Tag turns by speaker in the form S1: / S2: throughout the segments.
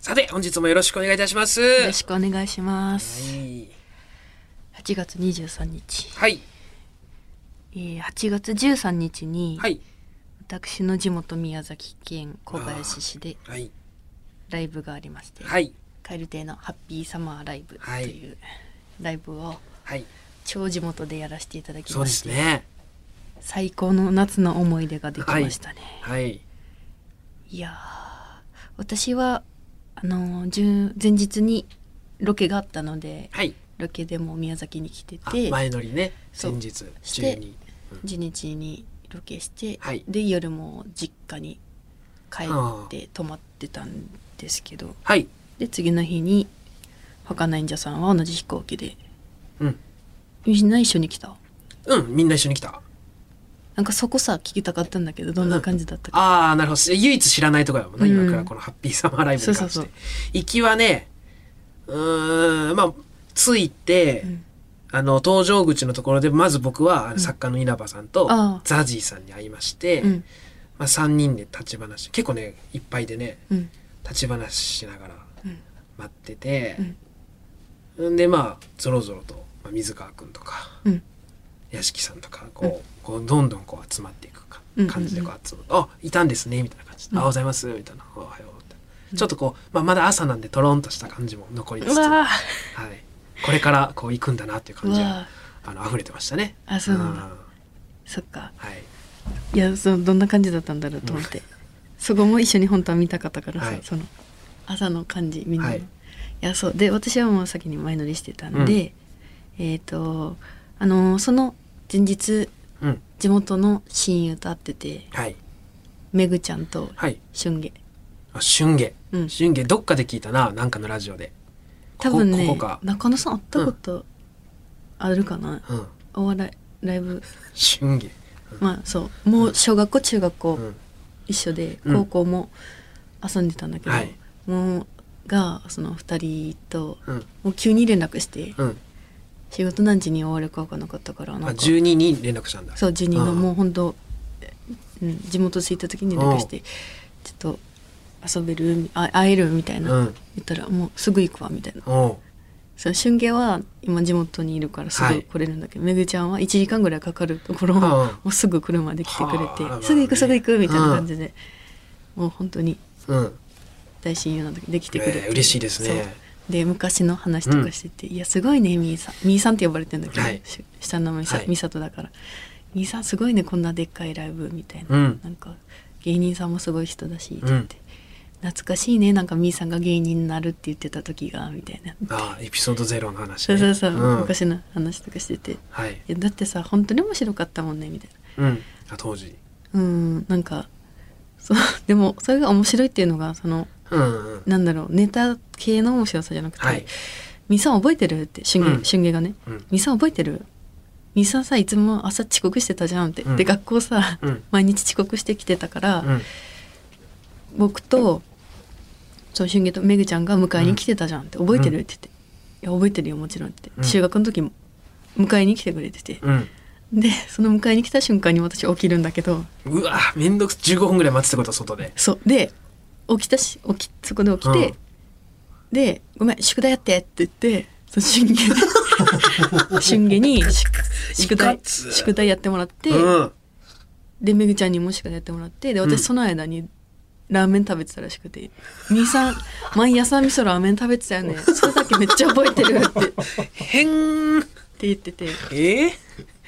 S1: さて、本日もよろしくお願いいたします。
S2: よろしくお願いします。
S1: はい
S2: 8月23日、
S1: はい。
S2: えー8月13日に、
S1: はい。
S2: 私の地元宮崎県小林市で
S1: はい。
S2: ライブがありまして、
S1: はい。
S2: 蛙亭のハッピーサマーライブ
S1: は
S2: と
S1: い
S2: いうライブを
S1: はい。
S2: 超地元でやらせていただき
S1: そう
S2: ま
S1: で
S2: し
S1: す
S2: て、
S1: ね。
S2: 最高の夏の思い出ができましたね。
S1: はい。
S2: い、やー、私はあのーじゅ前日にロケがあったので、
S1: はい。
S2: ロケでも宮崎に来て
S1: あ
S2: て、
S1: 前乗りね。
S2: そ
S1: 先
S2: う
S1: 日
S2: し
S1: 中
S2: て
S1: に。
S2: 1日にロケして、
S1: はい
S2: で夜も実家に帰
S1: あ
S2: って泊まってたんですけど
S1: はい。
S2: で次の日に博多忍者さんは同じ飛行機で
S1: うん。
S2: みんな一緒に来た
S1: うん、みんな一緒に来た。
S2: なんかそこさ聞きたかったんだけどどんな感じだったか、
S1: ああ、なるほど。唯一知らないところだもんね。
S2: うん
S1: 今からこのハッピーサマーライブに関して。
S2: そうそうそう
S1: 行きはね、うーん、まあ、着いて、
S2: ん
S1: あの、搭乗口のところで、まず僕は、あの作家の稲葉さんと、
S2: ああ
S1: ザジーさんに会いまして、
S2: うん
S1: まあ、3人で立ち話結構ねいっぱいでね
S2: うん
S1: 立ち話しながら
S2: うん
S1: 待ってて、ん、でまあぞろぞろと、まあ、水川くんとか
S2: うん
S1: 屋敷さんとかこう,、こうどんどんこう集まっていくか
S2: うん
S1: 感じでこう集まって「あいたんですね」みたいな感じで「あおはようございます」みたいな「おはよう」みたいなちょっとこう、まあ、まだ朝なんでとろんとした感じも残りつ
S2: う
S1: つ、は
S2: わ
S1: い、
S2: ー
S1: これからこう行くんだなっていう
S2: う
S1: 感じが
S2: わー
S1: あの溢れてましたね。
S2: あそうなんだ
S1: ん
S2: そっか
S1: はい
S2: いやそのどんな感じだったんだろうと思って、そこも一緒に本当は見たかったからさ、
S1: はい
S2: その朝の感じみんなの、
S1: はい
S2: い、やそうで私はもう先に前乗りしてたんで、えっ、とあのーその前日
S1: うん
S2: 地元の親友と会ってて
S1: はい
S2: めぐちゃんと
S1: はい
S2: 俊介
S1: あ春芸、
S2: うん
S1: 春芸どっかで聞いたななんかのラジオで
S2: 多分ね
S1: ここか
S2: 中野さん会ったことあるかな、
S1: うん
S2: お笑いライブ
S1: 春芸
S2: まあそうもう小学校中学校、
S1: うん
S2: 一緒で
S1: うん
S2: 高校も遊んでたんだけど、
S1: はい
S2: もうがその2人と
S1: うん
S2: もう急に連絡して
S1: うん
S2: 仕事何時に終わるか分からなかったから
S1: あ
S2: なんか
S1: 12に連絡したんだ
S2: そう12の
S1: ん
S2: もう本当うん地元着いた時に連絡してちょっと遊べるあ会えるみたいな、
S1: うん
S2: 言ったらもうすぐ行くわみたいな
S1: おう
S2: その俊介は今地元にいるからす
S1: は
S2: ぐ
S1: い
S2: 来れるんだけど、めぐちゃんは1時間ぐらいかかるところを
S1: うん
S2: もうすぐ車で来てくれて、
S1: はあ
S2: すぐ行くすぐ行くみたいな
S1: うん
S2: 感じで、もう本当に
S1: うん
S2: 大親友なんだけどできてくれて、
S1: えー嬉しいですね
S2: そうで昔の話とかしてて「いやすごいねみーさん」みーさんって呼ばれてんだけど、
S1: はい
S2: し下の名前さ、
S1: はい
S2: みさとだから「みーさんすごいねこんなでっかいライブ」みたいな、
S1: うん
S2: なんか芸人さんもすごい人だしって言って、懐かしいねなんかみーさんが芸人になるって言ってた時がみたいな、
S1: あエピソードゼロの話
S2: そ
S1: ね
S2: うそうそう、
S1: ん
S2: 昔の話とかしてて「
S1: はい
S2: いやだってさ本当に面白かったもんね」みたい
S1: う
S2: な
S1: んあ当時
S2: うんなんかそうでもそれが面白いっていうのがその
S1: うんうん
S2: なんだろうネタ系の面白さじゃなくて「
S1: はい
S2: ミさん覚えてる?」って俊
S1: うん
S2: 介俊介がね
S1: うん
S2: 「ミ、さん覚えてるミさんさいつも朝遅刻してたじゃん」って、
S1: うん
S2: で学校さ、
S1: うん
S2: 毎日遅刻してきてたから、
S1: うん
S2: 僕とそう俊介とめぐちゃんが迎えに来てたじゃんって「覚えてる?」って言って「いや覚えてるよもちろん」って、
S1: うん
S2: 中学の時も迎えに来てくれてて、
S1: うん
S2: でその迎えに来た瞬間に私起きるんだけど
S1: うわめんどく15分ぐらい待つってこと外で
S2: そうで起きたし起きそこで起きて、
S1: うん
S2: で「ごめん宿題やって」って言ってその 俊介に俊介に宿宿
S1: い
S2: 題
S1: かつ
S2: 宿題やってもらって、
S1: うん
S2: でめぐちゃんにも宿題やってもらってで
S1: うん
S2: 私その間にラーメン食べてたらしくて「みーさん毎朝味噌ラーメン食べてた よねそれだけめっちゃ覚えてる」ってって
S1: へん
S2: 言ってて
S1: えー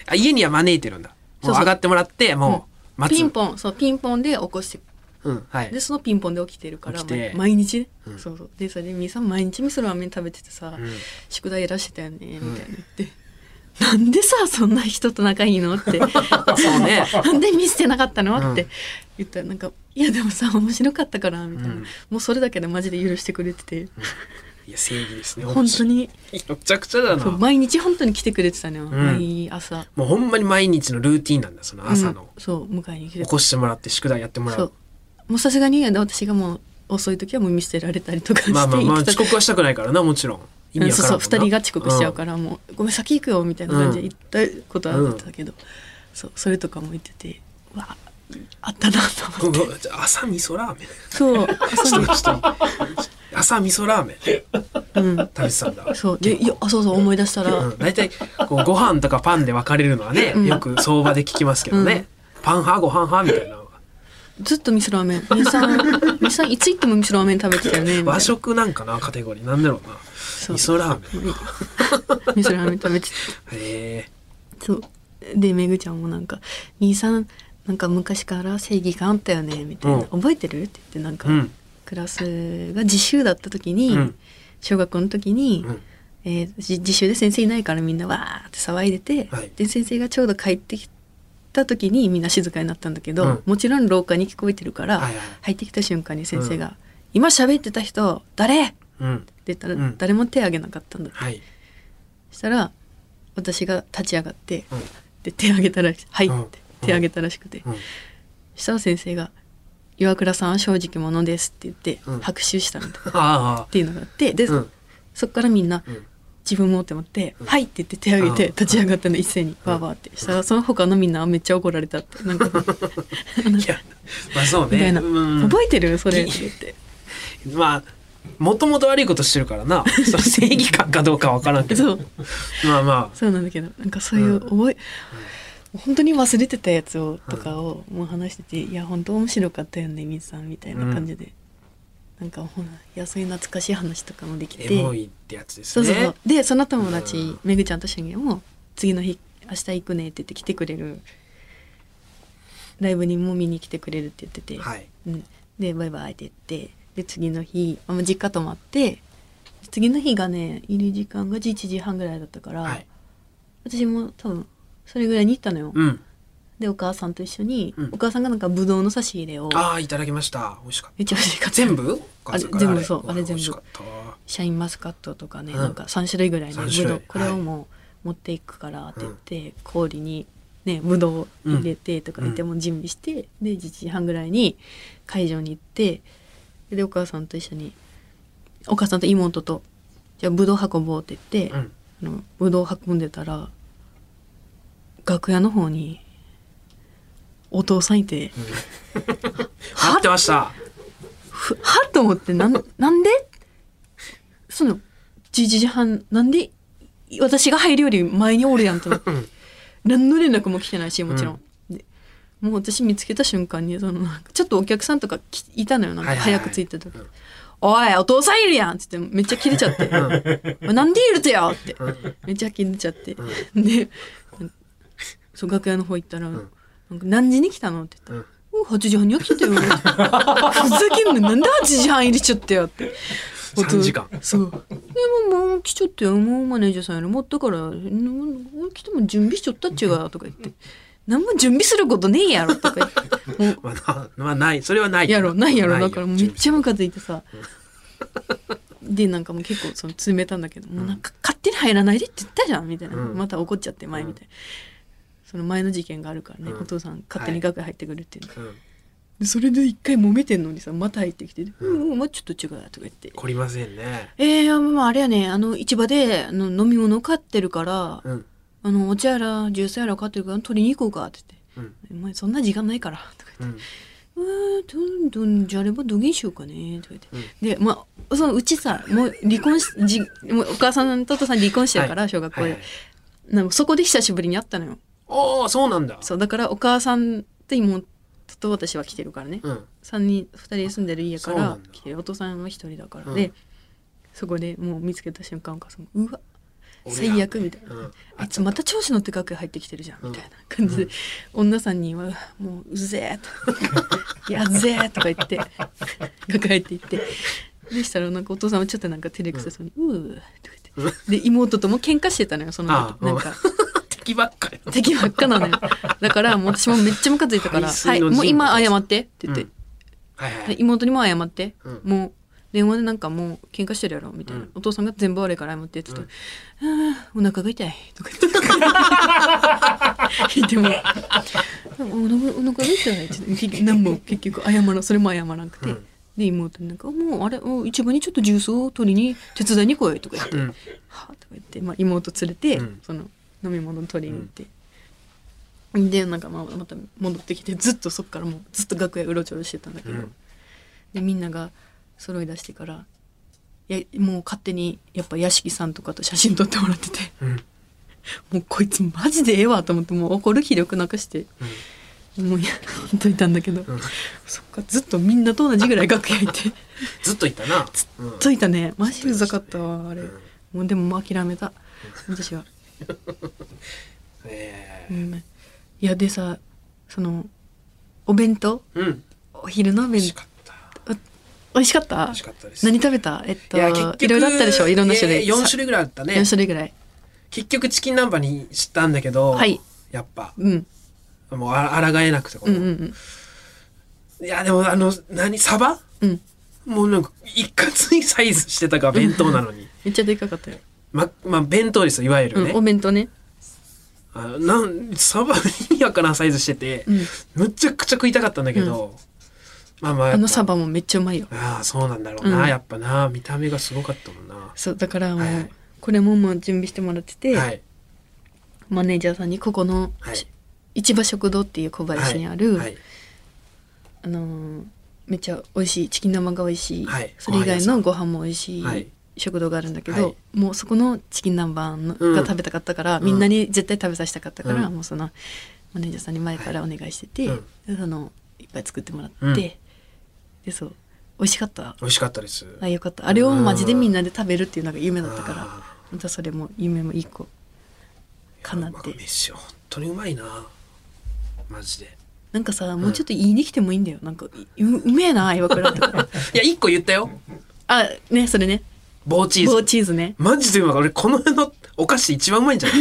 S1: あ家には招いてるんだもう
S2: そうそう
S1: 上がってもらってもう待つ
S2: ピンポンそうピンポンで起こして
S1: うんはい
S2: でそのピンポンで起きてるから
S1: 起きて
S2: ま毎日ね、
S1: うん
S2: そうそうでそれで「みーさん毎日味噌ラーメン食べててさ、
S1: うん
S2: 宿題やらしてたよね」みたいな言って。なんでさそんな人と仲いい のっ
S1: そ
S2: て
S1: うね
S2: なんで見せてなかったの
S1: うん
S2: って言ったらなんか「いやでもさ面白かったから」みたいな、
S1: うん
S2: もうそれだけでマジで許してくれてて
S1: いや正義ですね
S2: 本当に
S1: めちゃくちゃだな
S2: そう毎日本当に来てくれてたのよ、
S1: ん
S2: 毎朝
S1: もうほんまに毎日のルーティンなんだその朝の、
S2: うんそう迎えに来て
S1: 起こしてもらって宿題やってもら
S2: そう
S1: う
S2: もうさすがに私がもう遅い時はもう見捨てられたりとかして
S1: まあまあまあ
S2: 行きた
S1: 遅刻はしたくないからなもちろん意
S2: うん
S1: 味
S2: そ
S1: わ
S2: う
S1: からんも
S2: そう
S1: んな、
S2: 2人が遅刻しちゃうかららもう「ごめん先行くよ」みたいな感じ
S1: う
S2: で
S1: ん
S2: 言ったことはあったけど、そうそれとかも言っててうわあったなと思って。
S1: じゃあ朝味噌ラーメン。
S2: そ う、
S1: ち
S2: 朝
S1: ょっ
S2: に
S1: と、ちょっと、朝味噌ラーメン食
S2: うん、
S1: べてたんだ。
S2: そう、で、いや、あ、そうそう、思い出した
S1: う
S2: ら、
S1: ん、大体こうご飯とかパンで分かれるのはね、
S2: うん
S1: よく相場で聞きますけどね、パン派ご飯派みたいなのは
S2: ずっと味噌ラーメン、二三、二三、いつ行っても味噌ラーメン食べてたよね。みたいな
S1: 和食なんかなカテゴリーなんだろうな
S2: そう
S1: 味噌ラーメン
S2: 味噌ラーメン食べてて
S1: へえ
S2: そうでめぐちゃんもなんか「兄さんなんか昔から正義感あったよね」みたいな
S1: うん
S2: 「覚えてる?」って言ってなんか、
S1: うん
S2: クラスが自習だった時に、
S1: うん
S2: 小学校の時に、
S1: うん
S2: えーじ自習で先生いないからみんなわーって騒いでて、
S1: はい
S2: で先生がちょうど帰ってきた時にみんな静かになったんだけど、
S1: うん
S2: もちろん廊下に聞こえてるから、
S1: はいはい
S2: 入ってきた瞬間に先生が「今喋ってた人誰?」って
S1: うん
S2: 言ったら、
S1: うん
S2: 誰も手挙げなかったんだって
S1: はい、
S2: したら私が立ち上がって、
S1: うん
S2: で手挙げたらしはい」っ
S1: うん
S2: て手挙げたらしくて、
S1: うん、
S2: したら先生が「岩倉さんは正直者です」って言って
S1: うん
S2: 拍手したみたいな、っ
S1: ああ
S2: ていうのがあってで、
S1: うん
S2: そっからみんな
S1: うん
S2: 自分もって思って「はい」って言って手挙げて
S1: うん
S2: 立ち上がったの一斉にバーバーってしたらその他のみんなはめっちゃ怒られたって なんか
S1: いやまあそう
S2: みた
S1: ね
S2: いな「
S1: うん
S2: 覚えてるそれ」っ
S1: き
S2: て言って
S1: まあもともと悪いことしてるから なその正義感かどうかわからんけ
S2: そ
S1: ど
S2: う
S1: まあまあ
S2: そうなんだけどなんかそういう
S1: うん
S2: 覚え、本当に忘れてたやつをとかをもう話してて「いや本当面白かったよね水さん」みたいな感じで、なんかほらいやそういう懐かしい話とかもできて
S1: エモいってやつです
S2: そう
S1: ね
S2: そうそうでその友達、
S1: うん
S2: めぐちゃんとしゅんげも次の日明日行くねって言って来てくれるライブにも見に来てくれるって言ってて、
S1: はい
S2: うん、でバイバイって言ってで次の日あ実家泊まって次の日がね入り時間が11時半ぐらいだったから、
S1: はい
S2: 私も多分それぐらいに行ったのよ、
S1: うん
S2: でお母さんと一緒に、
S1: うん
S2: お母さんがなんかぶどうの差し入れを
S1: ああいただきました美味しかっ
S2: めっちゃ美味しかった
S1: た全部お母さんから
S2: あれ全部そうあれ全部
S1: 美味しかったわ
S2: シャインマスカットとかね、
S1: うん
S2: なんか3種類ぐらいの
S1: 三
S2: ぶ
S1: 種類
S2: どうこれをもう持っていくからって言って、氷にねぶどうを入れてとか言って
S1: うん
S2: もう準備して、で1時半ぐらいに会場に行ってでお母さんと一緒にお母さんと妹とじゃあぶどう運ぼうって言って、
S1: うん
S2: あのぶどう運んでたら楽屋の方にお父さんいて。
S1: 待ってました
S2: ふはっと思ってなんなんでその11時半なんで私が入るより前におるやんと思って
S1: ん
S2: 何の連絡も来てないしもちろん、でもう私見つけた瞬間にそのなんかちょっとお客さんとかきいたのよなんか
S1: はいはいはい
S2: 早く着いた時、おいお父さんいるやん!」っつってめっちゃキレちゃって「おいなんでいるとよ!」ってめっちゃキレちゃって、でそう楽屋の方行ったら「なんか何時に来たの?」って言ったら
S1: うん
S2: うん8時半に起きてたよ。ふざけんな、なんで8時半入れちゃったよって。
S1: 3時間
S2: そう。でももう来ちゃったよ、もうマネージャーさんやろ、もうだから、うん来ても準備しちゃったっちゅうが、とか言って。何も準備することねえやろ、とか言って。も
S1: ま
S2: う
S1: あ、なまあ、ない、それはない。
S2: やろないやろだからもうめっちゃム
S1: か
S2: カついてさでなんかもう結構その詰めたんだけど、もうなんか勝手に入らないでって言ったじゃんみたいな、
S1: うん
S2: また怒っちゃって前みたいな、その前の事件があるからね、
S1: うん
S2: お父さん勝手に楽屋入ってくるっていうの、
S1: うん、
S2: でそれで一回揉めてんのにさまた入ってきて「うんうんまあちょっと違う」とか言って
S1: 懲りませんね
S2: 「えー、まああれやねあの市場であの飲み物買ってるから、
S1: うん
S2: あのお茶やらジュースやら買ってるから取りに行こうか」って言って
S1: うん
S2: 「お前そんな時間ないから」とか言って。
S1: うん
S2: えーどんどんじゃあればどげんしようかねとか言って、でまあそのうちさもう離婚しじもうお母さんとお父さん離婚してるから、
S1: はい
S2: 小学校で、
S1: はいはい
S2: なんかそこで久しぶりに会ったのよ
S1: ああそうなんだ
S2: そうだからお母さんと妹と私は来てるからね、
S1: うん
S2: 三人2人住んでる家か
S1: そうな
S2: ら
S1: んだ
S2: 来てるお父さんは1人だから、
S1: うん
S2: でそこでもう見つけた瞬間お母さんもうわ
S1: 俺ら
S2: 最悪みたいな、
S1: うん
S2: あいつまた調子乗って楽屋入ってきてるじゃん、
S1: うん
S2: みたいな感じで、女さんには「もううぜえ」 と「やっぜえ」とか言って楽屋入っていってでしたらなんかお父さんはちょっとなんか照れくさそうに「うー」とか言ってで妹とも喧嘩してたのよその
S1: あ
S2: 後
S1: あ
S2: なんか。
S1: 敵ばっかり
S2: 敵ばっかなのよだからもう私もめっちゃムカついたから「
S1: 背
S2: は
S1: 水
S2: い
S1: の陣
S2: もう今謝って」って言って、
S1: うんはいは
S2: で
S1: い
S2: 妹にも謝って、
S1: うん
S2: もう電話でなんかもう喧嘩してるやろみたいな、
S1: うん
S2: お父さんが全部悪いから謝ってって言って「あーお腹が痛い」とか言ってでもお腹お腹が痛い」って言って結局何も結局謝らんそれも謝らなくて、
S1: うん
S2: で妹になんか「もうあれもう一番にちょっとジュースを取りに手伝いに来い」とか言って「
S1: うん
S2: はあ」とか言って、まあ、妹連れて、
S1: うん
S2: その飲み物取りに行って、でなんかまあまた戻ってきてずっとそっからもうずっと楽屋うろちょろしてたんだけど、
S1: うん
S2: でみんなが揃い出してからいやもう勝手にやっぱ屋敷さんとかと写真撮ってもらってて
S1: うんうん
S2: もうこいつマジでええわと思ってもう怒る気力なくしてもうやほんといたんだけど、
S1: うん
S2: そっかずっとみんなと同じぐらい楽屋いて
S1: ずっといたなうん
S2: といたねマジうざかったわあれ、
S1: うん
S2: もうでももう諦めた私は、
S1: え
S2: う
S1: え
S2: ん、いやでさそのお弁当
S1: うん
S2: お昼のお
S1: 美
S2: 弁
S1: 味し
S2: 当
S1: かった
S2: 美味しかった
S1: 美味しかったです
S2: 何食べたえっと
S1: いや結局
S2: いろいろあったでしょいろんな種類、
S1: えー4種類ぐらいあったね
S2: 4種類ぐらい
S1: 結局チキン南蛮にしたんだけど、
S2: はい
S1: やっぱ
S2: うん
S1: もうあらがえなくてこ
S2: う
S1: の
S2: んうん
S1: いやでもあの何サバ
S2: うんうん
S1: もうなんか一括にサイズしてたから弁当なのに
S2: めっちゃでかかったよ、
S1: ままあ弁当ですよいわゆるね、
S2: うんお弁当ね
S1: あのなんサバ 意味わからんサイズしてて、
S2: うん
S1: むちゃくちゃ食いたかったんだけど、まあまあやっ
S2: あ
S1: ぱ
S2: のサバもめっちゃうまいよ
S1: ああそうなんだろうな、
S2: うん
S1: やっぱな見た目がすごかったもんな
S2: そうだからもう、
S1: はいはい
S2: これももう準備してもらってて、
S1: はい
S2: マネージャーさんにここの、
S1: はい
S2: 市場食堂っていう小林にある、
S1: はい
S2: あのーめっちゃ美味しいチキン生が美味しい、
S1: はい
S2: それ以外のご飯も美味しい、
S1: はい
S2: 食堂があるんだけど、
S1: はい
S2: もうそこのチキン南蛮の
S1: うん
S2: が食べたかったから、
S1: うん
S2: みんなに絶対食べさせたかったから、
S1: うん
S2: もうそのマネージャーさんに前からお願いしてて、
S1: はい
S2: そのいっぱい作ってもらって、
S1: うん
S2: でそう美味しかった
S1: 美味しかったです
S2: あよかったあれをマジでみんなで食べるっていうのが夢だったから
S1: あ
S2: またそれも夢も一個かなっ
S1: まあ
S2: て
S1: 飯本当にうまいなマジ で
S2: なんかさもうちょっと言いに来てもいいんだよなんかいううめえな 岩倉とか
S1: いや一個言ったよ
S2: あねそれね
S1: 棒チーズ
S2: 棒チーズね
S1: マジでうまい俺この辺のお菓子で一番うまいんじゃない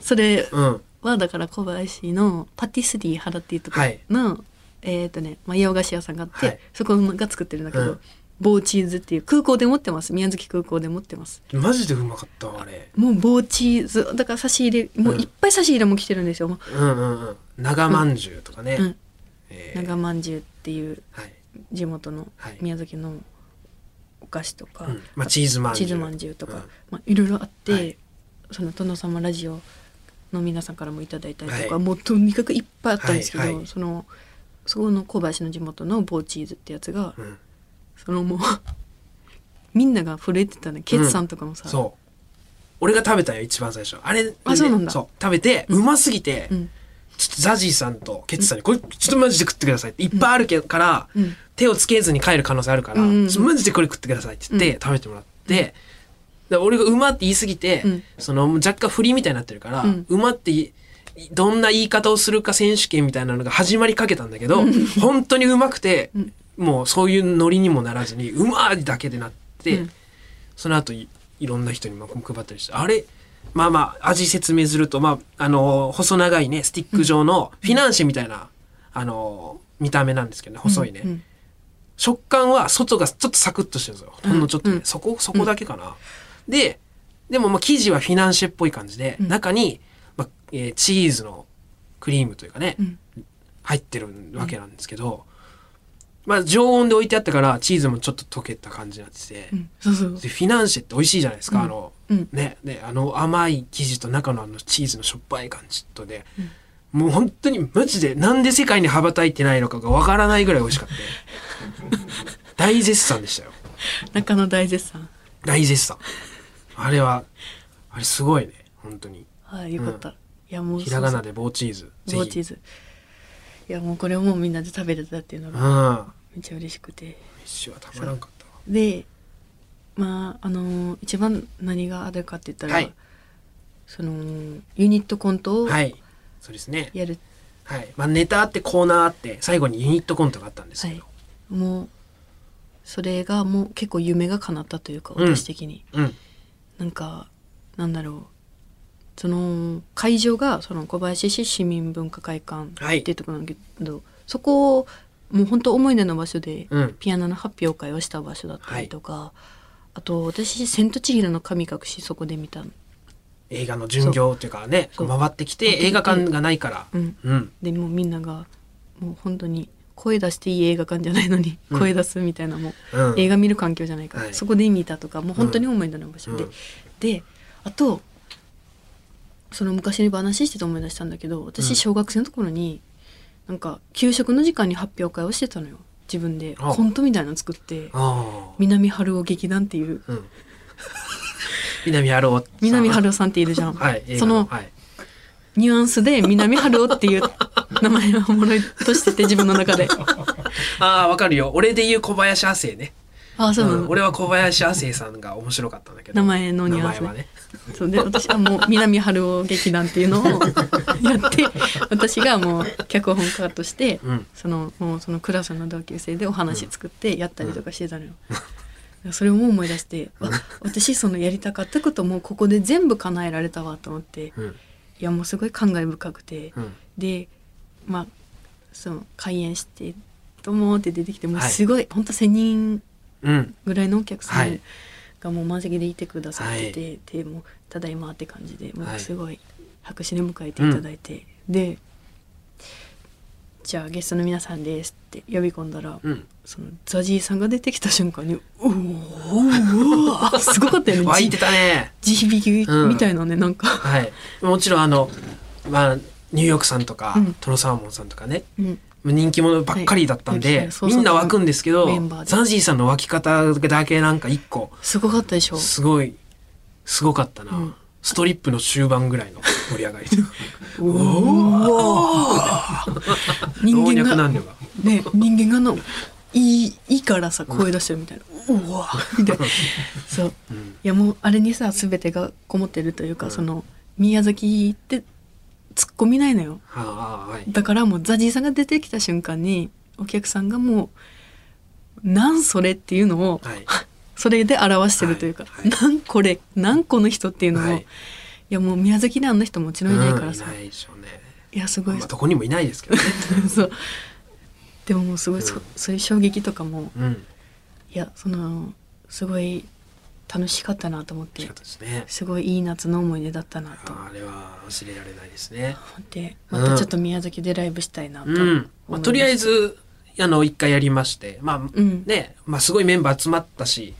S2: それ
S1: うん
S2: はだから小林のパティスリー原っていうとこ
S1: はい
S2: の、えっ、とね、まあ、洋菓子屋さんがあって、
S1: はい
S2: そこが作ってるんだけど、
S1: うん
S2: 棒チーズっていう空港で持ってます宮崎空港で持ってます
S1: マジでうまかったわあれ
S2: もう棒チーズだから差し入れもういっぱい差し入れも来てるんですよ、も
S1: うんうんうん長まんじゅうとかね、
S2: ううん、
S1: えー
S2: 長まんじゅうっていう
S1: はい
S2: 地元の
S1: はい
S2: 宮崎のお菓子とか、
S1: うんまあ、チーズまんじ
S2: チ
S1: ゅう
S2: ーズまんじゅうとか、
S1: うん
S2: まあ、いろいろあって、
S1: はい
S2: その殿様ラジオの皆さんからもいただいたりとか、
S1: はい
S2: もうとにかくいっぱいあったんですけど、
S1: はいはい
S2: そのそこの小林の地元の棒チーズってやつが、
S1: うん
S2: そのもう みんなが震えてたねケツさんとかもさ、
S1: そう俺が食べたよ一番最初あれ
S2: あそうなんだ
S1: 食べてうますぎて、
S2: ん
S1: ちょっとザジーさんとケツさんに「これちょっとマジで食ってください」っていっぱいあるけから、
S2: うん
S1: 手をつけずに帰る可能性あるから「
S2: うんうんうん
S1: ちょっとマジでこれ食ってください」って言って食べてもらって、で俺が「うま」って言いすぎて、
S2: うん
S1: その若干振りみたいになってるから「
S2: うん
S1: うま」っていどんな言い方をするか選手権みたいなのが始まりかけたんだけど、本当にうまくて、もうそういうノリにもならずに「うま」だけでなって。
S2: うん
S1: その後いいろんな人にまあ配ったりしてあれまあまあ味説明すると、まあ、あの細長いねスティック状のフィナンシェみたいな、あの見た目なんですけどね細いね、
S2: うん
S1: 食感は外がちょっとサクッとしてるんですよほんのちょっとね、
S2: うん
S1: そこそこだけかな、ででもまあ生地はフィナンシェっぽい感じで、中に、まあえーチーズのクリームというかね、
S2: うん
S1: 入ってるわけなんですけど、まあ常温で置いてあったからチーズもちょっと溶けた感じになってて、
S2: うんそうそう
S1: でフィナンシェって美味しいじゃないですか、あの、
S2: うん
S1: ねであの甘い生地と中のあのチーズのしょっぱい感じとで、もう本当にマジでなんで世界に羽ばたいてないのかがわからないぐらい美味しかった大絶賛でしたよ
S2: 中野大絶賛
S1: 大絶賛あれはあれすごいね本当に
S2: はいよかった、いやもう
S1: ひらがなで棒チーズぜひ
S2: 棒チーズいやもうこれをもうみんなで食べれたっていうの
S1: う
S2: が
S1: ん
S2: めっちゃ嬉しくて。
S1: 飯はたまらんかったわ
S2: でまああの一番何があるかって言ったら、
S1: はい
S2: そのユニットコントを
S1: は
S2: や
S1: いそうですね
S2: る、
S1: はいまあネタあってコーナーあって最後にユニットコントがあったんです
S2: は
S1: け
S2: い
S1: ど、
S2: もうそれがもう結構夢が叶ったというか
S1: うん
S2: 私的に、
S1: うん
S2: なんかなんだろうその会場がその小林市市民文化会館
S1: はい
S2: っていうところなんだけど、そこをもう本当思い出の場所で
S1: うん
S2: ピアノの発表会をした場所だったりとか、あと私「千と千尋の神隠し」そこで見たの
S1: 映画の巡業というかね
S2: そ
S1: 回っ
S2: う
S1: てきて映画館がないから
S2: うん
S1: うん
S2: でもうみんながもう本当に声出していい映画館じゃないのに
S1: うん
S2: 声出すみたいなも
S1: う
S2: う、
S1: ん
S2: 映画見る環境じゃないから、
S1: はい
S2: そこで見たとかもう本当に思い出の場所で、
S1: うん
S2: であとその昔に話してて思い出したんだけど私小学生のところに、なんか給食の時間に発表会をしてたのよ自分で
S1: あ
S2: コントみたいなの作って
S1: ああ。
S2: 南春夫劇団っていう
S1: うん。南春夫さん。
S2: 南春夫さんっているじゃん、
S1: はい。映画
S2: その
S1: はい。
S2: ニュアンスで南春夫っていう名前をおもろいとしてて自分の 中で
S1: ああ、わかるよ。俺で言う小林亜生ね。
S2: ああそうなの、
S1: うん俺は小林亜生さんが面白かったんだけど。
S2: 名前のニュアンス
S1: 名前はね。
S2: そうで私はもう南春夫劇団ってい うのをやって私がもう脚本家として、
S1: うん。
S2: そのもうそのクラスの同級生でお話作ってやったりとかしてたのよ。それも思い出して、あ私そのやりたかったこともうここで全部叶えられたわと思って、い
S1: うん。
S2: やもうすごい感慨深くて、
S1: うん。
S2: でまあその開演して「どうも」って出てきてもう
S1: はい
S2: すごい、ほんと1,000人
S1: うん。
S2: ぐらいのお客さ
S1: はい
S2: んがもう満席でいてくださってて、でもうただいまって感じでも
S1: は
S2: う
S1: い
S2: すごい拍手で迎えていただいて、でじゃあゲストの皆さんですって呼び込んだら、
S1: うん。
S2: そのザジーさんが出てきた瞬間に「おーおーすごかったよね
S1: 湧いてたね。
S2: 地響きみたいなね、なんか、
S1: はい。もちろんあの、まあ、ニューヨークさんとか、
S2: うん
S1: トロサーモンさんとかね、
S2: うん、
S1: 人気者ばっかりだったんで、
S2: はいそう
S1: み
S2: そうん
S1: な湧くんですけど
S2: メンバー、で
S1: ザンジーさんの湧き方だけなんか一個、
S2: すごかったでしょ
S1: すごい、すごかったな。
S2: うん
S1: ストリップの終盤ぐらいの盛り上がりで。
S2: おー 人
S1: 老
S2: 間
S1: 若
S2: が
S1: 男女が。
S2: ね人間がのいいいいからさ声出してるみたいな「うわ」みたいなそう
S1: うん。
S2: いやもうあれにさ全てがこもってるというか、
S1: うん
S2: その宮崎って突っ込みないのよ
S1: はあ、はあはい。
S2: だからもうザジーさんが出てきた瞬間にお客さんがもう「なんそれ」っていうのを
S1: はい。
S2: それで表してるというか
S1: は
S2: 「
S1: いは
S2: なんこれなんこの人」っていうのを、
S1: はい
S2: い、やもう宮崎であんな人もちろんいないからさ、
S1: うんい
S2: い
S1: ないでしょうね。
S2: やすごい
S1: まあ、どこにもいないですけ どね。
S2: そうでももうすごい、そ
S1: うん
S2: そういう衝撃とかも
S1: うん。
S2: いやそのすごい楽しかったなと思っ
S1: 仕
S2: て
S1: 方ですね。
S2: すごいいい夏の思い出だったなと思
S1: あれは忘れられないですね。
S2: って
S1: うん
S2: またちょっと宮崎でライブしたいなと
S1: う
S2: 思いま
S1: ん
S2: す、。
S1: まあ、とりあえず、あの、一回やりまして、まあ、
S2: うん、
S1: ね、まあ、すごいメンバー集まったし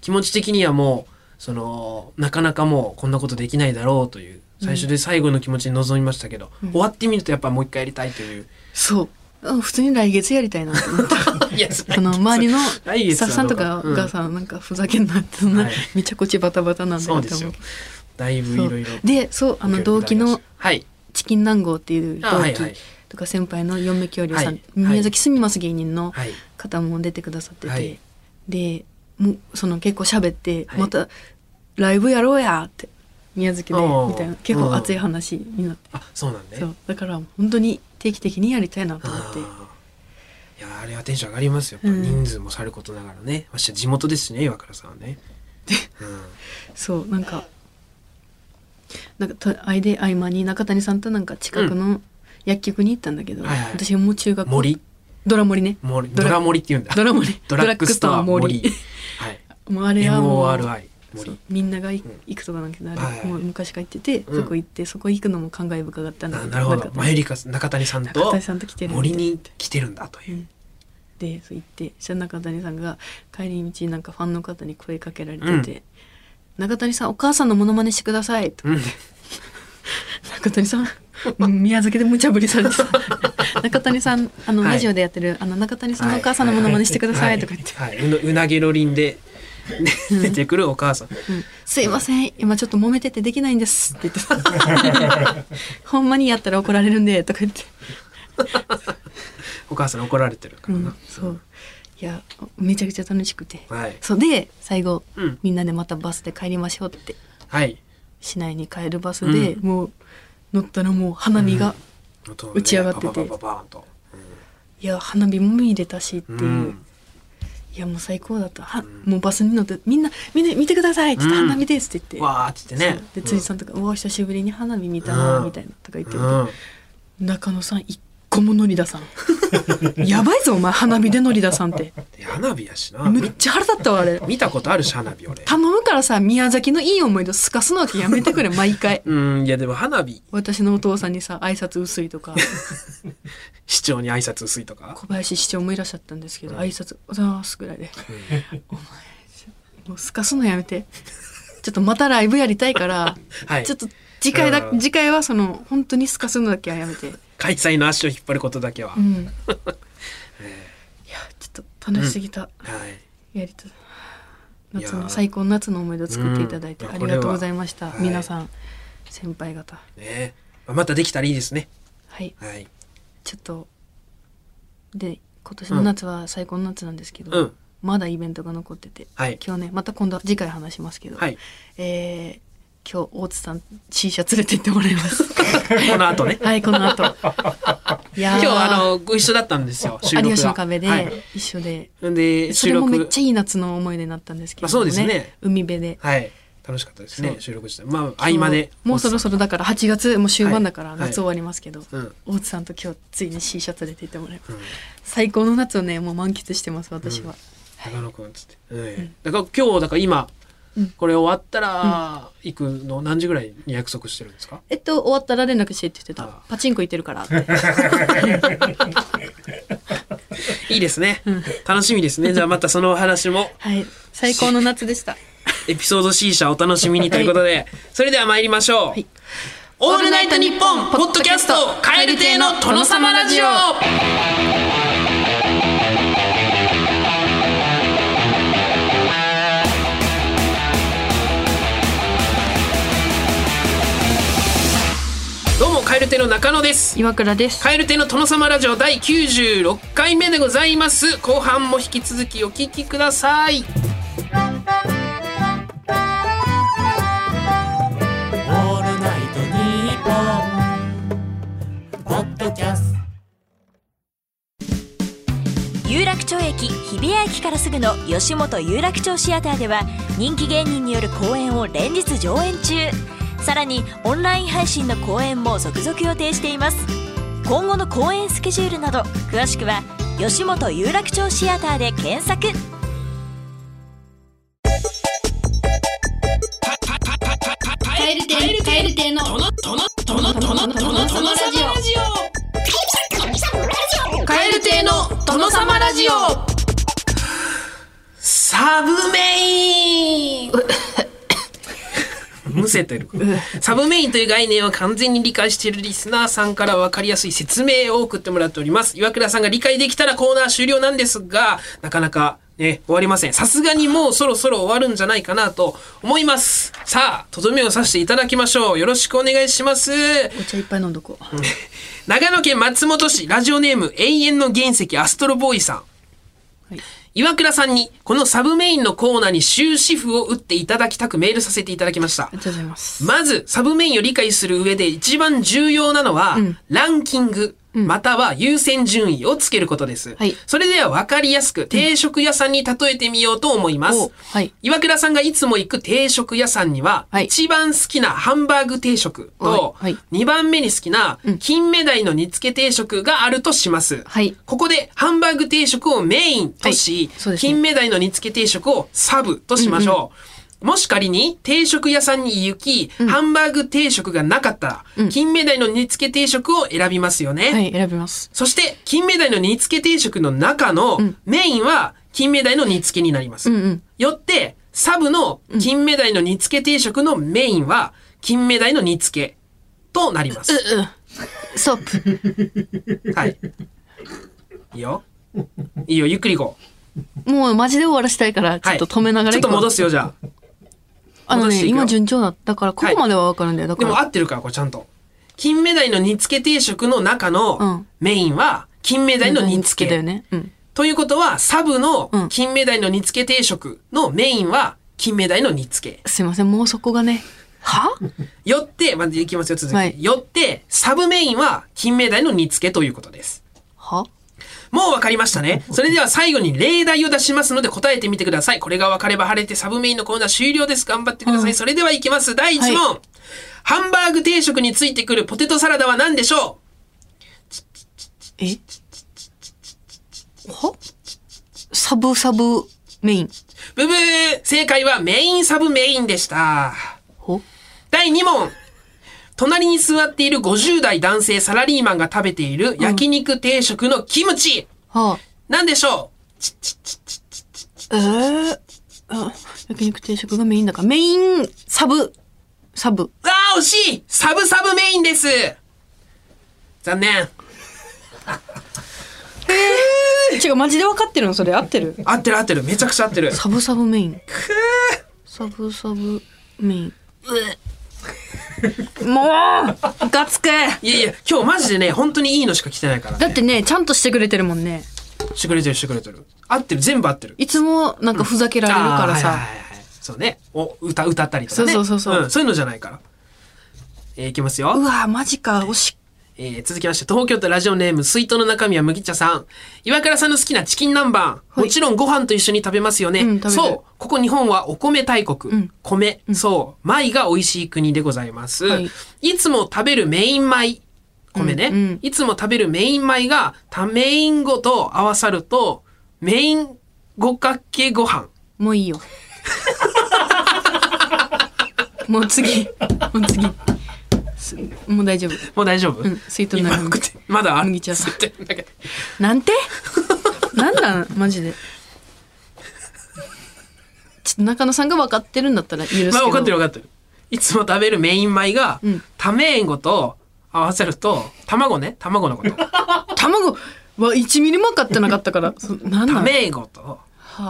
S1: 気持ち的にはもうそのなかなかもうこんなことできないだろうという最初で最後の気持ちに臨みましたけど、
S2: うん
S1: 終わってみるとやっぱもう一回やりたいという、
S2: そうあ普通に来月やりた いなと 思って
S1: いやそ
S2: あの周りのス
S1: 来月
S2: タッフさんとかが
S1: は
S2: さ、なんかふざけんなってそんな、
S1: はい
S2: めちゃこちバタバタなんだ
S1: そう
S2: よ
S1: で
S2: と
S1: す
S2: 思
S1: よどう
S2: う
S1: んだいぶいろいろ
S2: でそうあの同期の
S1: はい
S2: チキン南郷っていう同
S1: あはい
S2: 期
S1: はい
S2: とか先輩の嫁恐竜さん、
S1: はい
S2: 宮崎住みます芸人の、
S1: はい
S2: 方も出てくださってて、
S1: はい
S2: でもうその結構喋って、
S1: はい
S2: またライブやろうやって宮崎で
S1: おー
S2: みたいな結構熱い話になって、
S1: あそうなんね
S2: そうだから本当に定期的にやりたいなと思って
S1: あーいやあれはテンション上がりますよ、やっぱ
S2: うん
S1: 人数もさることながらねまして地元ですしね岩倉さんはね、うん
S2: そうなんかなんかとあいで合間に中谷さんとなんか近くの薬局に行ったんだけど、
S1: はいはい
S2: 私もう中学
S1: 森
S2: ドラ森ね
S1: 森
S2: ド
S1: ド
S2: ラ
S1: ラ森って言うんだ
S2: ドラ森
S1: ドラッグストア森はい
S2: もうあれはもう
S1: MORI
S2: そう
S1: 森
S2: みんなが
S1: う
S2: い
S1: ん
S2: 行くとかなんけどあれ、
S1: はい
S2: もう昔から行ってて、
S1: うん
S2: そこ行ってそこ行くのも感慨深かったんだ
S1: な
S2: けど
S1: なるほ
S2: んか
S1: どマユリカ中谷さん
S2: 中
S1: と
S2: 谷さんと来てる
S1: 森
S2: み
S1: に来てるんだという、
S2: たいでそう行ってそしたら中谷さんが帰り道になんかファンの方に声かけられてて「中谷さんお母さんのモノマネしてください」と
S1: うん、
S2: 「 中谷さんうん宮崎で無茶ぶりされてさ 中谷さんあの、
S1: はい
S2: ラジオでやってるあの中谷さんのお母さんのモノマネしてください」とか言って
S1: はい、はいうのうなぎろりんでで出てくるお母さん
S2: うんすいません今ちょっと揉めててできないんです」って言ってさ 「 ほんまにやったら怒られるんで」とか言って、
S1: お母さん怒られてるか
S2: う
S1: ら
S2: ん
S1: な、、
S2: そういやめちゃくちゃ楽しくて
S1: はい、
S2: そうで最後
S1: うん、
S2: みんなでまたバスで帰りましょうって
S1: はい
S2: 市内に帰るバスで、
S1: う
S2: もう乗ったらもう花火が、
S1: 音がね
S2: 打ち上がってて
S1: バババババーンと、
S2: いや花火も見れたしって
S1: う
S2: い
S1: ん
S2: う、いやもう最高だったは、
S1: ん
S2: もうバスに乗ってみんなみんな見てくださいちょっと
S1: うん
S2: 花火ですって言って、
S1: うんわーっつってね
S2: そうで辻さんとか「うわ久しぶりに花火見たな」
S1: うん
S2: みたいなとか言って
S1: う
S2: る
S1: ん、
S2: と、
S1: うん
S2: 中野さん一個もノリダ さんやばいぞお前花火でノリダさんって
S1: で花火やしな
S2: むっちゃ腹立ったわあれ
S1: 見たことあるし花火俺
S2: 頼むからさ宮崎のいい思い出すかすのわけやめてくれ毎回
S1: うんいやでも花火
S2: 私のお父さんにさ挨拶薄いと か
S1: 市長に挨拶薄いとか
S2: 小林市長もいらっしゃったんですけど、挨拶おざますぐらいで「お前もうすかすのやめてちょっとまたライブやりたいから、
S1: はい
S2: ちょっと次回だ
S1: うん
S2: 次回はその本当にすかすのだけはやめて、
S1: 開催の足を引っ張ることだけは、
S2: うん、 いやちょっと楽しすぎた、
S1: はい
S2: やりと夏
S1: いや
S2: の
S1: ー
S2: 最高の夏の思い出を作っていただいて
S1: うん
S2: ありがとうございまし
S1: こ
S2: た
S1: れは
S2: 皆さん先輩方
S1: ねまあまたできたらいいですね
S2: はい
S1: はい
S2: ちょっとで今年の夏は最高の夏なんですけど、
S1: うん
S2: まだイベントが残ってて
S1: はい
S2: 今日ねまた今度次回話しますけど、
S1: はい
S2: えー今日大津さん T シャツ連れて行ってもらいます
S1: この 後ね
S2: はいこ の後い
S1: 今
S2: やー
S1: 日あのご一緒だったんですよ収録が
S2: 有吉の壁で
S1: はい、
S2: 一緒で、
S1: んで
S2: そ
S1: 収
S2: れも
S1: 録
S2: めっちゃいい夏の思い出になったんですけど、
S1: まあそうですね
S2: 海辺で
S1: はい楽しかったですね
S2: そう
S1: 収録してまあ合間で
S2: もうそろそろだから8月もう終盤だか
S1: は
S2: ら
S1: い
S2: 夏終わりますけど、
S1: ろうん
S2: 大津さんと今日ついに C シャツ出て行ってもらいます
S1: うん
S2: 最高の夏をねもう満喫してます私は、
S1: 中野くんっつって、うんだから今日だから今、これ終わったら行くの何時ぐらいに約束してるんですか、
S2: えっと終わったら連絡してって言ってた
S1: あ
S2: パチンコ行って るからって
S1: いいですね、 楽しみですねじゃあまたそのお話も
S2: はい最高の夏でした
S1: エピソード C 社お楽しみにということで、それでは参りましょう、
S2: はい
S1: オールナイトニッポンポッドキャスト蛙亭の殿様ラジオどうも蛙亭の中野です
S2: 岩倉です
S1: 蛙亭の殿様ラジオ第96回目でございます後半も引き続きお聞きください
S3: オールナイトニッポン」ポッドキャスト
S4: 有楽町駅日比谷駅からすぐの吉本有楽町シアターでは人気芸人による公演を連日上演中さらにオンライン配信の公演も続々予定しています今後の公演スケジュールなど詳しくは吉本有楽町シアターで検索
S1: 蛙亭の殿様ラジオサブメイン むせてるサブメインという概念を完全に理解しているリスナーさんから分かりやすい説明を送ってもらっております岩倉さんが理解できたらコーナー終了なんですがなかなかね終わりませんさすがにもうそろそろ終わるんじゃないかなと思いますさあとどめをさせていただきましょうよろしくお願いします
S2: お茶いっぱい飲んどこう
S1: 長野県松本市ラジオネーム永遠の原石アストロボーイさん、
S2: い
S1: 岩倉さんにこのサブメインのコーナーに終止符を打っていただきたくメールさせていただきました
S2: ありがとうございます
S1: まずサブメインを理解する上で一番重要なのは、ランキングまたは優先順位をつけることです、
S2: はい
S1: それでは分かりやすく定食屋さんに例えてみようと思います、
S2: おはい
S1: 岩倉さんがいつも行く定食屋さんには、
S2: はい
S1: 一番好きなハンバーグ定食と、
S2: はいはい
S1: 2番目に好きな金目鯛の煮付け定食があるとします。
S2: はい
S1: ここでハンバーグ定食をメインとし、
S2: はいそうですね
S1: 金目鯛の煮付け定食をサブとしましょう。もし仮に定食屋さんに行き、ハンバーグ定食がなかったら、金目鯛の煮付け定食を選びますよね。
S2: はい選びます
S1: そして、金目鯛の煮付け定食の中のメインは金目鯛の煮付けになります。よって、サブの金目鯛の煮付け定食のメインは金目鯛の煮付けとなります。
S2: ストッ
S1: はい。いいよ。いいよ、ゆっくり行こう。
S2: プもうマジで終わらせたいからちょ
S1: は
S2: っ
S1: い。
S2: と止めながら
S1: ちょっ
S2: 行ことう
S1: 戻すよ、じゃあ。
S2: あの
S1: 戻して
S2: ね
S1: いくよ
S2: 今順調だだからここまでは分かるんだよだか
S1: で
S2: ら、
S1: も合ってるから、これちゃんと。金目鯛の煮付け定食の中
S2: う
S1: の
S2: ん
S1: メインは金目鯛の煮付け。
S2: だよねうん
S1: ということは、サブの
S2: うん
S1: 金目鯛の煮付け定食のメインは金目鯛の煮付け。
S2: すいませんもうそこがねは
S1: よって、まずいきますよ、続き。
S2: はい
S1: よって、サブメインは金目鯛の煮付けということです。
S2: は
S1: もうわかりましたね。それでは最後に例題を出しますので答えてみてください。これがわかれば晴れてサブメインのコーナー終了です。頑張ってください。それではいきます。第1問、
S2: は
S1: ハンバーグ定食についてくるポテトサラダは何でしょ
S2: えはサブサブメイン
S1: うブブー正解はメインサブメインでした。
S2: ほ
S1: 第2問。隣に座っている50代男性サラリーマンが食べている焼肉定食のキムチ。
S2: は
S1: 何でしょ
S2: えー、あ焼肉定食がメインだからメインサブサブ
S1: うああ、惜しいサブサブメインです残念。
S2: 違うマジで分かってるのそれ合ってる
S1: 合ってる合ってる。めちゃくちゃ合ってる。
S2: サブサブメインサブサブメインうえもうムカつく
S1: いやいや、今日マジでね、本当にいいのしか来てないから、
S2: だ
S1: ね。
S2: ってねちゃんとしてくれてるもんね
S1: してくれてるしてくれてる。合ってる、全部合ってる。
S2: いつもなんかふざけられるから
S1: あーはい
S2: さ
S1: はいはいはいそうね。お、歌、歌ったりとかね。
S2: そうそうそうそうん
S1: そういうのじゃないから。えーいきますよ
S2: う。わマジか惜し
S1: えー続きまして、東京都ラジオネーム、水筒の中身は麦茶さん。岩倉さんの好きなチキン南蛮。もちろんご飯と一緒に食べますよね。
S2: うん食べる
S1: そう。ここ日本はお米大国。
S2: うん
S1: 米、そう。米が美味しい国でございます。
S2: はい
S1: い、つも食べるメイン米。米ね、
S2: うんうん
S1: いつも食べるメイン米が多メイン語と合わさると、メイン語かけご飯。
S2: もういい よもう次もう次すもう大丈夫
S1: もう大丈夫、
S2: うん水筒の中身
S1: 今食ってまだある
S2: 麦茶さん
S1: 水筒の中身
S2: なんてなんなんマジでちょっと中野さんが分かってるんだったら許すけど、
S1: まあ分かってる分かってる。いつも食べるメイン米が
S2: うん、
S1: タメインゴと合わせると、卵ね、卵のこと。
S2: 卵は1ミリも分かってなかったからそなんな
S1: タ
S2: ん、
S1: メインゴと、
S2: は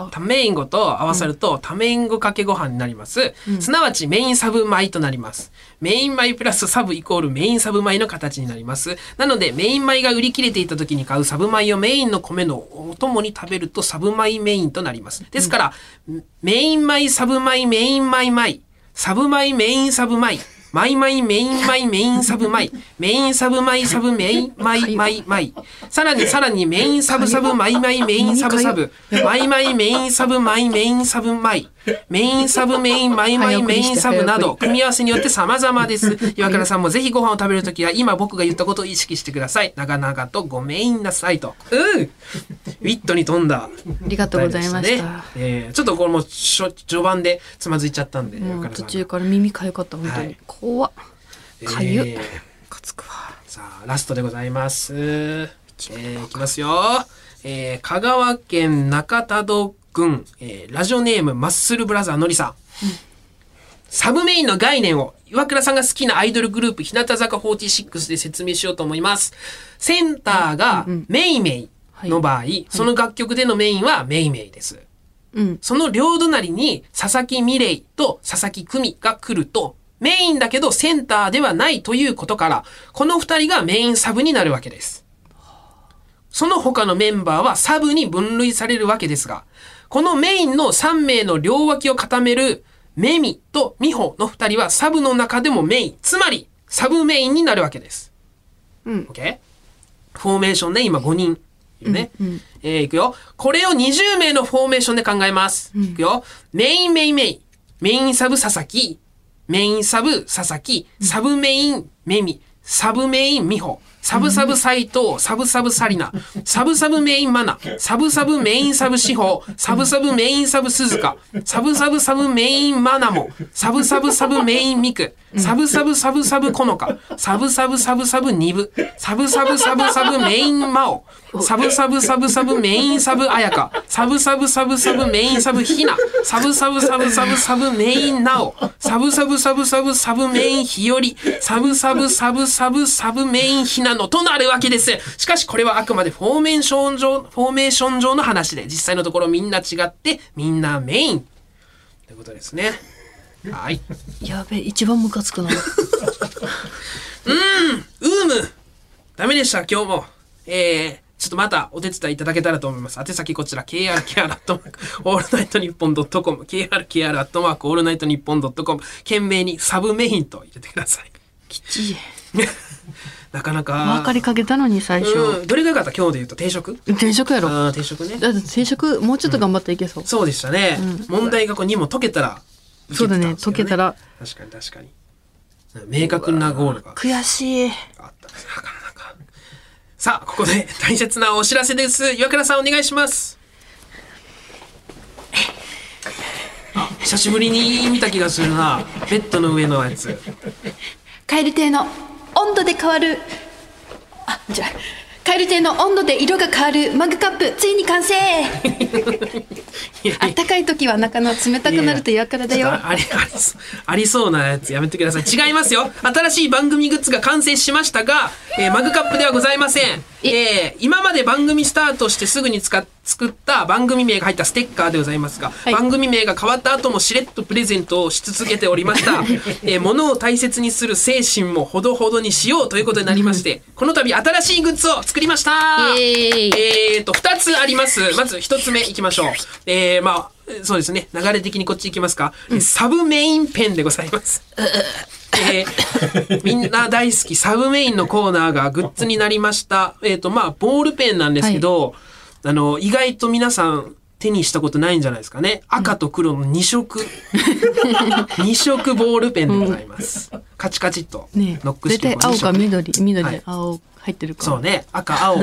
S2: あ
S1: タメインゴと合わさると、タメインゴかけご飯になります。すなわちメインサブ米となります。メイン米プラスサブイコールメインサブ米の形になります。なので、メイン米が売り切れていた時に買うサブ米をメインの米のお供に食べるとサブ米メインとなります。ですから、メイン米、サブ米、メイン米米、サブ米、メインサブ米、マイマイメインマイメインサブマイメインサブマイサブメインマイマイマイさらにさらにメインサブサブマイマイメインサブサブマイマイメインサブマイメインサブマイメインサブメインマイマイメインサブなど組み合わせによって様々です岩倉さんもぜひご飯を食べるときは今僕が言ったことを意識してください長々とごめんなさいとうんウィットに飛んだ
S2: ありがとうございました
S1: ねえーちょっとこれもうしょ序盤でつまずいちゃったんで岩
S2: もう
S1: 倉さ
S2: 途
S1: んが
S2: 中から耳かゆかった本当に、
S1: はい
S2: 怖っかゆっ、
S1: えー
S2: かつくわ
S1: さあラストでございます。えー、いきますよ。えー、香川県中田戸郡、えーラジオネームマッスルブラザーのりさん。サブメインの概念を岩倉さんが好きなアイドルグループ日向坂46で説明しようと思います。センターがメイメイの場合、その楽曲でのメインはメイメイです。
S2: うん
S1: その両隣に佐々木美玲と佐々木久美が来ると、メインだけどセンターではないということから、この二人がメインサブになるわけです。その他のメンバーはサブに分類されるわけですが、このメインの3名の両脇を固めるメミとミホの二人はサブの中でもメイン、つまりサブメインになるわけです。
S2: うん
S1: OK? フォーメーションね、今5人。いるね。
S2: うん
S1: えーいくよ。これを20名のフォーメーションで考えます。いくよ。メインメインメイン。メインサブ佐々木。メインサブ佐々木。サブメインメミ。サブメイン美穂。サブサブ斎藤。サブサブサリナ。サブサブメインマナ。サブサブメインサブ志保。サブサブメインサブ鈴鹿。サブサブサブメインマナモ。サブサブサブメインミク。サブサブサブサブコノカ。サブサブサブサブニブ。サブサブサブサブメインマオ。サブサブサブサブメインサブアヤカ。サブサブサブサブメインサブヒナ。サブサブサブサブサブメインナオ。サブサブサブサブサブメインヒヨリ。サブサブサブサブサブメインヒナノとなるわけです。しかしこれはあくまでフォーメーション上、フォーメーション上の話で、実際のところみんな違って、みんなメイン。ということですね。はい。
S2: やべえ一番ムカつくな
S1: うむダメでした、今日も。えー、ちょっとまたお手伝いいただけたらと思います。宛先こちら、krkr.all night nippon.com、krkr.all night nippon.com、懸命にサブメインと入れてください。
S2: きちい
S1: なかなか。
S2: 分かりかけたのに最初
S1: うん、どれが良かった今日で言うと定食
S2: 定食やろ
S1: ああ、定食ね。
S2: だって定食もうちょっと頑張っていけそう、
S1: そうでしたね。問題がこう2も解けたら、い
S2: そうだね
S1: いてたんです
S2: 解
S1: ど
S2: けたら。
S1: 確かに確かに。明確なゴールが。
S2: 悔しい
S1: あったんですなかなか。さあ、ここで大切なお知らせです。岩倉さんお願いします。あ、久しぶりに見た気がするな。ベッドの上のやつ。
S2: 蛙亭の温度で変わるあじゃあ
S5: 蛙亭の温度で色が変わるマグカップついに完成あったかい時は中の冷たくなると岩倉だ
S1: ちょ
S5: よ
S1: っとああり ありそうありそうなやつやめてください違いますよ新しい番組グッズが完成しましたが、えーマグカップではございませんえー今まで番組スタートしてすぐに使っ作った番組名が入ったステッカーでございますが、
S2: い
S1: 番組名が変わった後もしれっとプレゼントをし続けており ました、えー物を大切にする精神もほどほどにしようということになりましてこの度新しいグッズを作りました
S2: イエーイ
S1: えーと、二つあります。まず一つ目いきましょう。えー、まあ、そうですね。流れ的にこっちいきますか。サブメインペンでございます。えーみんな大好きサブメインのコーナーがグッズになりました。えっ、と、まあ、ボールペンなんですけど、あの、意外と皆さん手にしたことないんじゃないですかね。赤と黒の2色。2色 ボールペンでございます。カチカチっと
S2: ねえ
S1: ノック
S2: 大
S1: 式の
S2: 体青
S1: 二色
S2: か緑緑
S1: はい
S2: で青入ってるから、
S1: そうね赤 青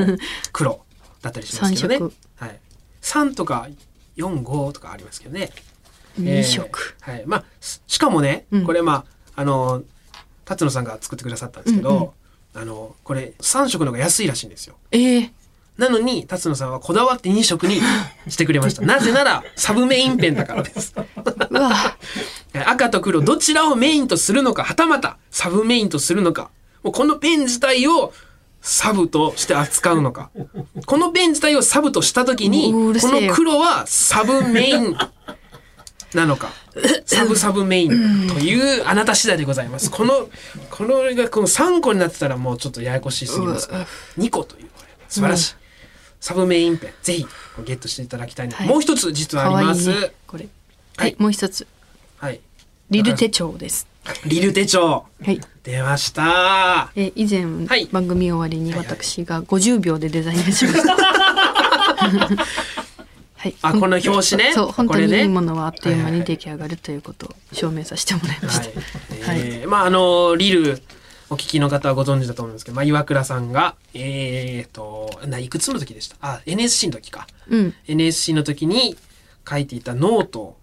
S1: 黒だったりしますけどね
S2: 三色
S1: はい、3とか45とかありますけどね
S2: 二色、
S1: えーはいまあ、ししかもね、
S2: うん
S1: これまああの辰野さんが作ってくださったんですけど、あのこれ3色の方が安いらしいんですよ
S2: えー
S1: なのに辰野さんはこだわって2色にしてくれま したなぜならサブメインペンだからです
S2: うわ
S1: 赤と黒どちらをメインとするのかはたまたサブメインとするのかもうこのペン自体をサブとして扱うのかこのペン自体をサブとした時に
S2: うるせ
S1: こ
S2: えよ
S1: の黒はサブメインなのかサブサブメインというあなた次第でございますこのこのがこの3個になってたらもうちょっとややこしすぎますから2個というこれ素晴らしいサブメインペンぜひゲットしていただきたいな
S2: はい
S1: もう一つ実は
S2: 可
S1: あり
S2: 愛
S1: ま
S2: い
S1: す
S2: ねこれ
S1: は
S2: はいい、もう一つ
S1: はい
S2: リル手帳です
S1: リル手帳
S2: はい
S1: 出ました
S2: えー以前、
S1: はい
S2: 番組終わりに
S1: はいはい
S2: 私が50秒でデザインしました。はい。
S1: あこの表紙ね
S2: そう本当に
S1: これ
S2: い
S1: ね
S2: いものはあっという間に出来上がるということを証明させてもらいました。
S1: はい、えーまああのリルお聞きの方はご存知だと思うんですけど、まあ、岩倉さんがえー、とないくつの時でしたあ NSC の時か
S2: うん。
S1: NSC の時に書いていたノート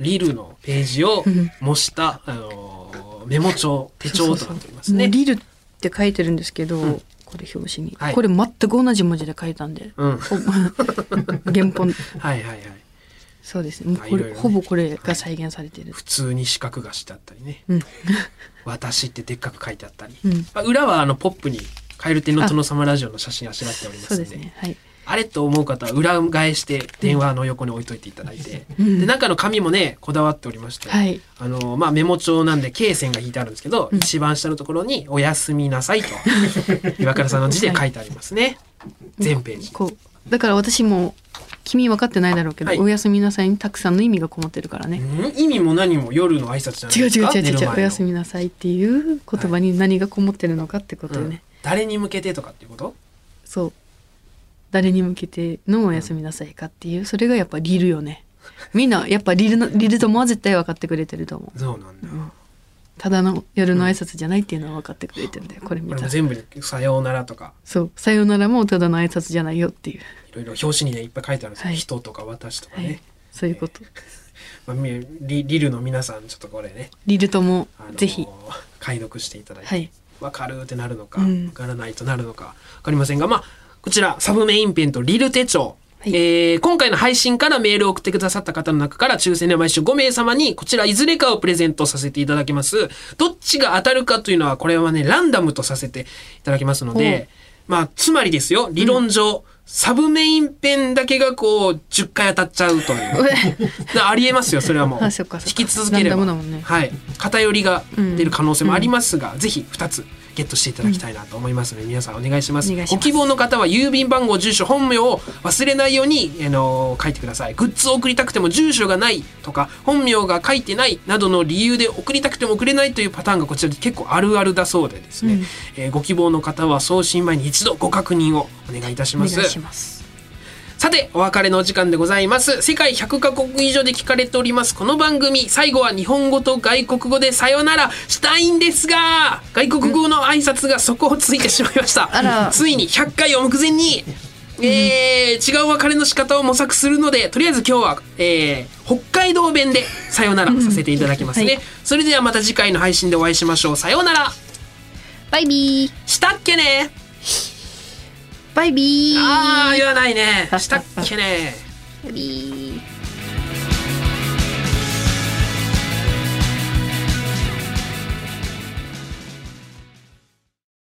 S1: リルのページ を模した、あのメモ帳手帳となっておりますね
S2: ね、リルって書いてるんですけど、これ表紙に、
S1: はい
S2: これ全く同じ文字で書いたん で、
S1: うん
S2: ほ原本
S1: はいはいはい
S2: そうですねもう
S1: あ
S2: こ
S1: い
S2: れ
S1: ろいろね
S2: ほぼこれが再現されてる、
S1: 普通に四角がしてあったりね「
S2: うん
S1: 私」ってでっかく書いてあったり、
S2: うん
S1: まあ裏はあのポップに「カエル亭の殿様ラジオ」の写真あしらっておりま
S2: そう
S1: すの
S2: で
S1: です
S2: ねはい
S1: あれと思う方は裏返して電話の横に置いといていただいて、
S2: うん
S1: で中の紙もねこだわっておりまして、
S2: はい
S1: あのまあ、メモ帳なんで K 線が引いてあるんですけど、一番下のところに「おやすみな さい」と岩倉さんの字で書いてありますね全ページ。
S2: こうだから私も君分かってないだろうけど、
S1: はい
S2: おやすみなさいにたくさんの意味がこもってるからね、
S1: ん意味も何も夜の挨拶じゃない
S2: 違う
S1: です
S2: 違う
S1: か
S2: 違う違う
S1: 寝る前
S2: おやす
S1: の
S2: みなさいっていう言葉に何がこもってるのかってこと
S1: う
S2: よね、
S1: ん誰に向けてとかっていうこと
S2: そう誰に向けてのおやすみなさいかっていうそれがやっぱリルよねみんなやっぱリルのリルともは絶対分かってくれてると思う
S1: そうなんだよ、
S2: ただの夜の挨拶じゃないっていうのは分かってくれてるんだよこれ見
S1: これも
S2: たら
S1: 全部に「さようなら」とか
S2: そう「さよなら」もただの挨拶じゃないよっていう、
S1: いろいろ表紙にねいっぱい書いてあるんですよ、
S2: はい
S1: 人とか私とか
S2: はい
S1: ね、
S2: そういうこと
S1: まあ、みリリルの皆さんちょっとこれね、
S2: リルとも
S1: あのー
S2: ぜひ
S1: 解読していただいて、
S2: は
S1: わ
S2: い
S1: かるってなるのか、わ
S2: うん
S1: からないとなるのかわかりませんがまあこちらサブメインペンとリル手帳、
S2: はい
S1: えー今回の配信からメールを送ってくださった方の中から抽選で毎週5名様にこちらいずれかをプレゼントさせていただきますどっちが当たるかというのはこれはねランダムとさせていただきますのでまあつまりですよ理論上、サブメインペンだけがこう10回当たっちゃうという なありえますよそれはもう
S2: あそっかそっか
S1: 引き続ければ
S2: ランダムだもんね
S1: はい、偏りが出る可能性もありますが、ぜひ2つゲットしていただきたいなと思いますので、皆さんお願いします
S2: お願いし
S1: ご
S2: ます
S1: 希望の方は郵便番号住所本名を忘れないように、あの書いてくださいグッズを送りたくても住所がないとか本名が書いてないなどの理由で送りたくても送れないというパターンがこちらで結構あるあるだそうでですね、えーご希望の方は送信前に一度ご確認をお願いいたし
S2: お願
S1: ま
S2: い
S1: す
S2: します
S1: さて、お別れのお時間でございます。世界100カ国以上で聞かれております。この番組、最後は日本語と外国語でさよならしたいんですが、外国語の挨拶が底をついてしまいました。
S2: あら
S1: ついに100回を目前に、えー、違う別れの仕方を模索するので、とりあえず今日は、えー、北海道弁でさよならさせていただきますね。
S2: はい
S1: それではまた次回の配信でお会いしましょう。さよなら
S5: バイビー
S1: したっけね
S2: バイビー
S1: ああ言わないねしたっけね
S2: バイビー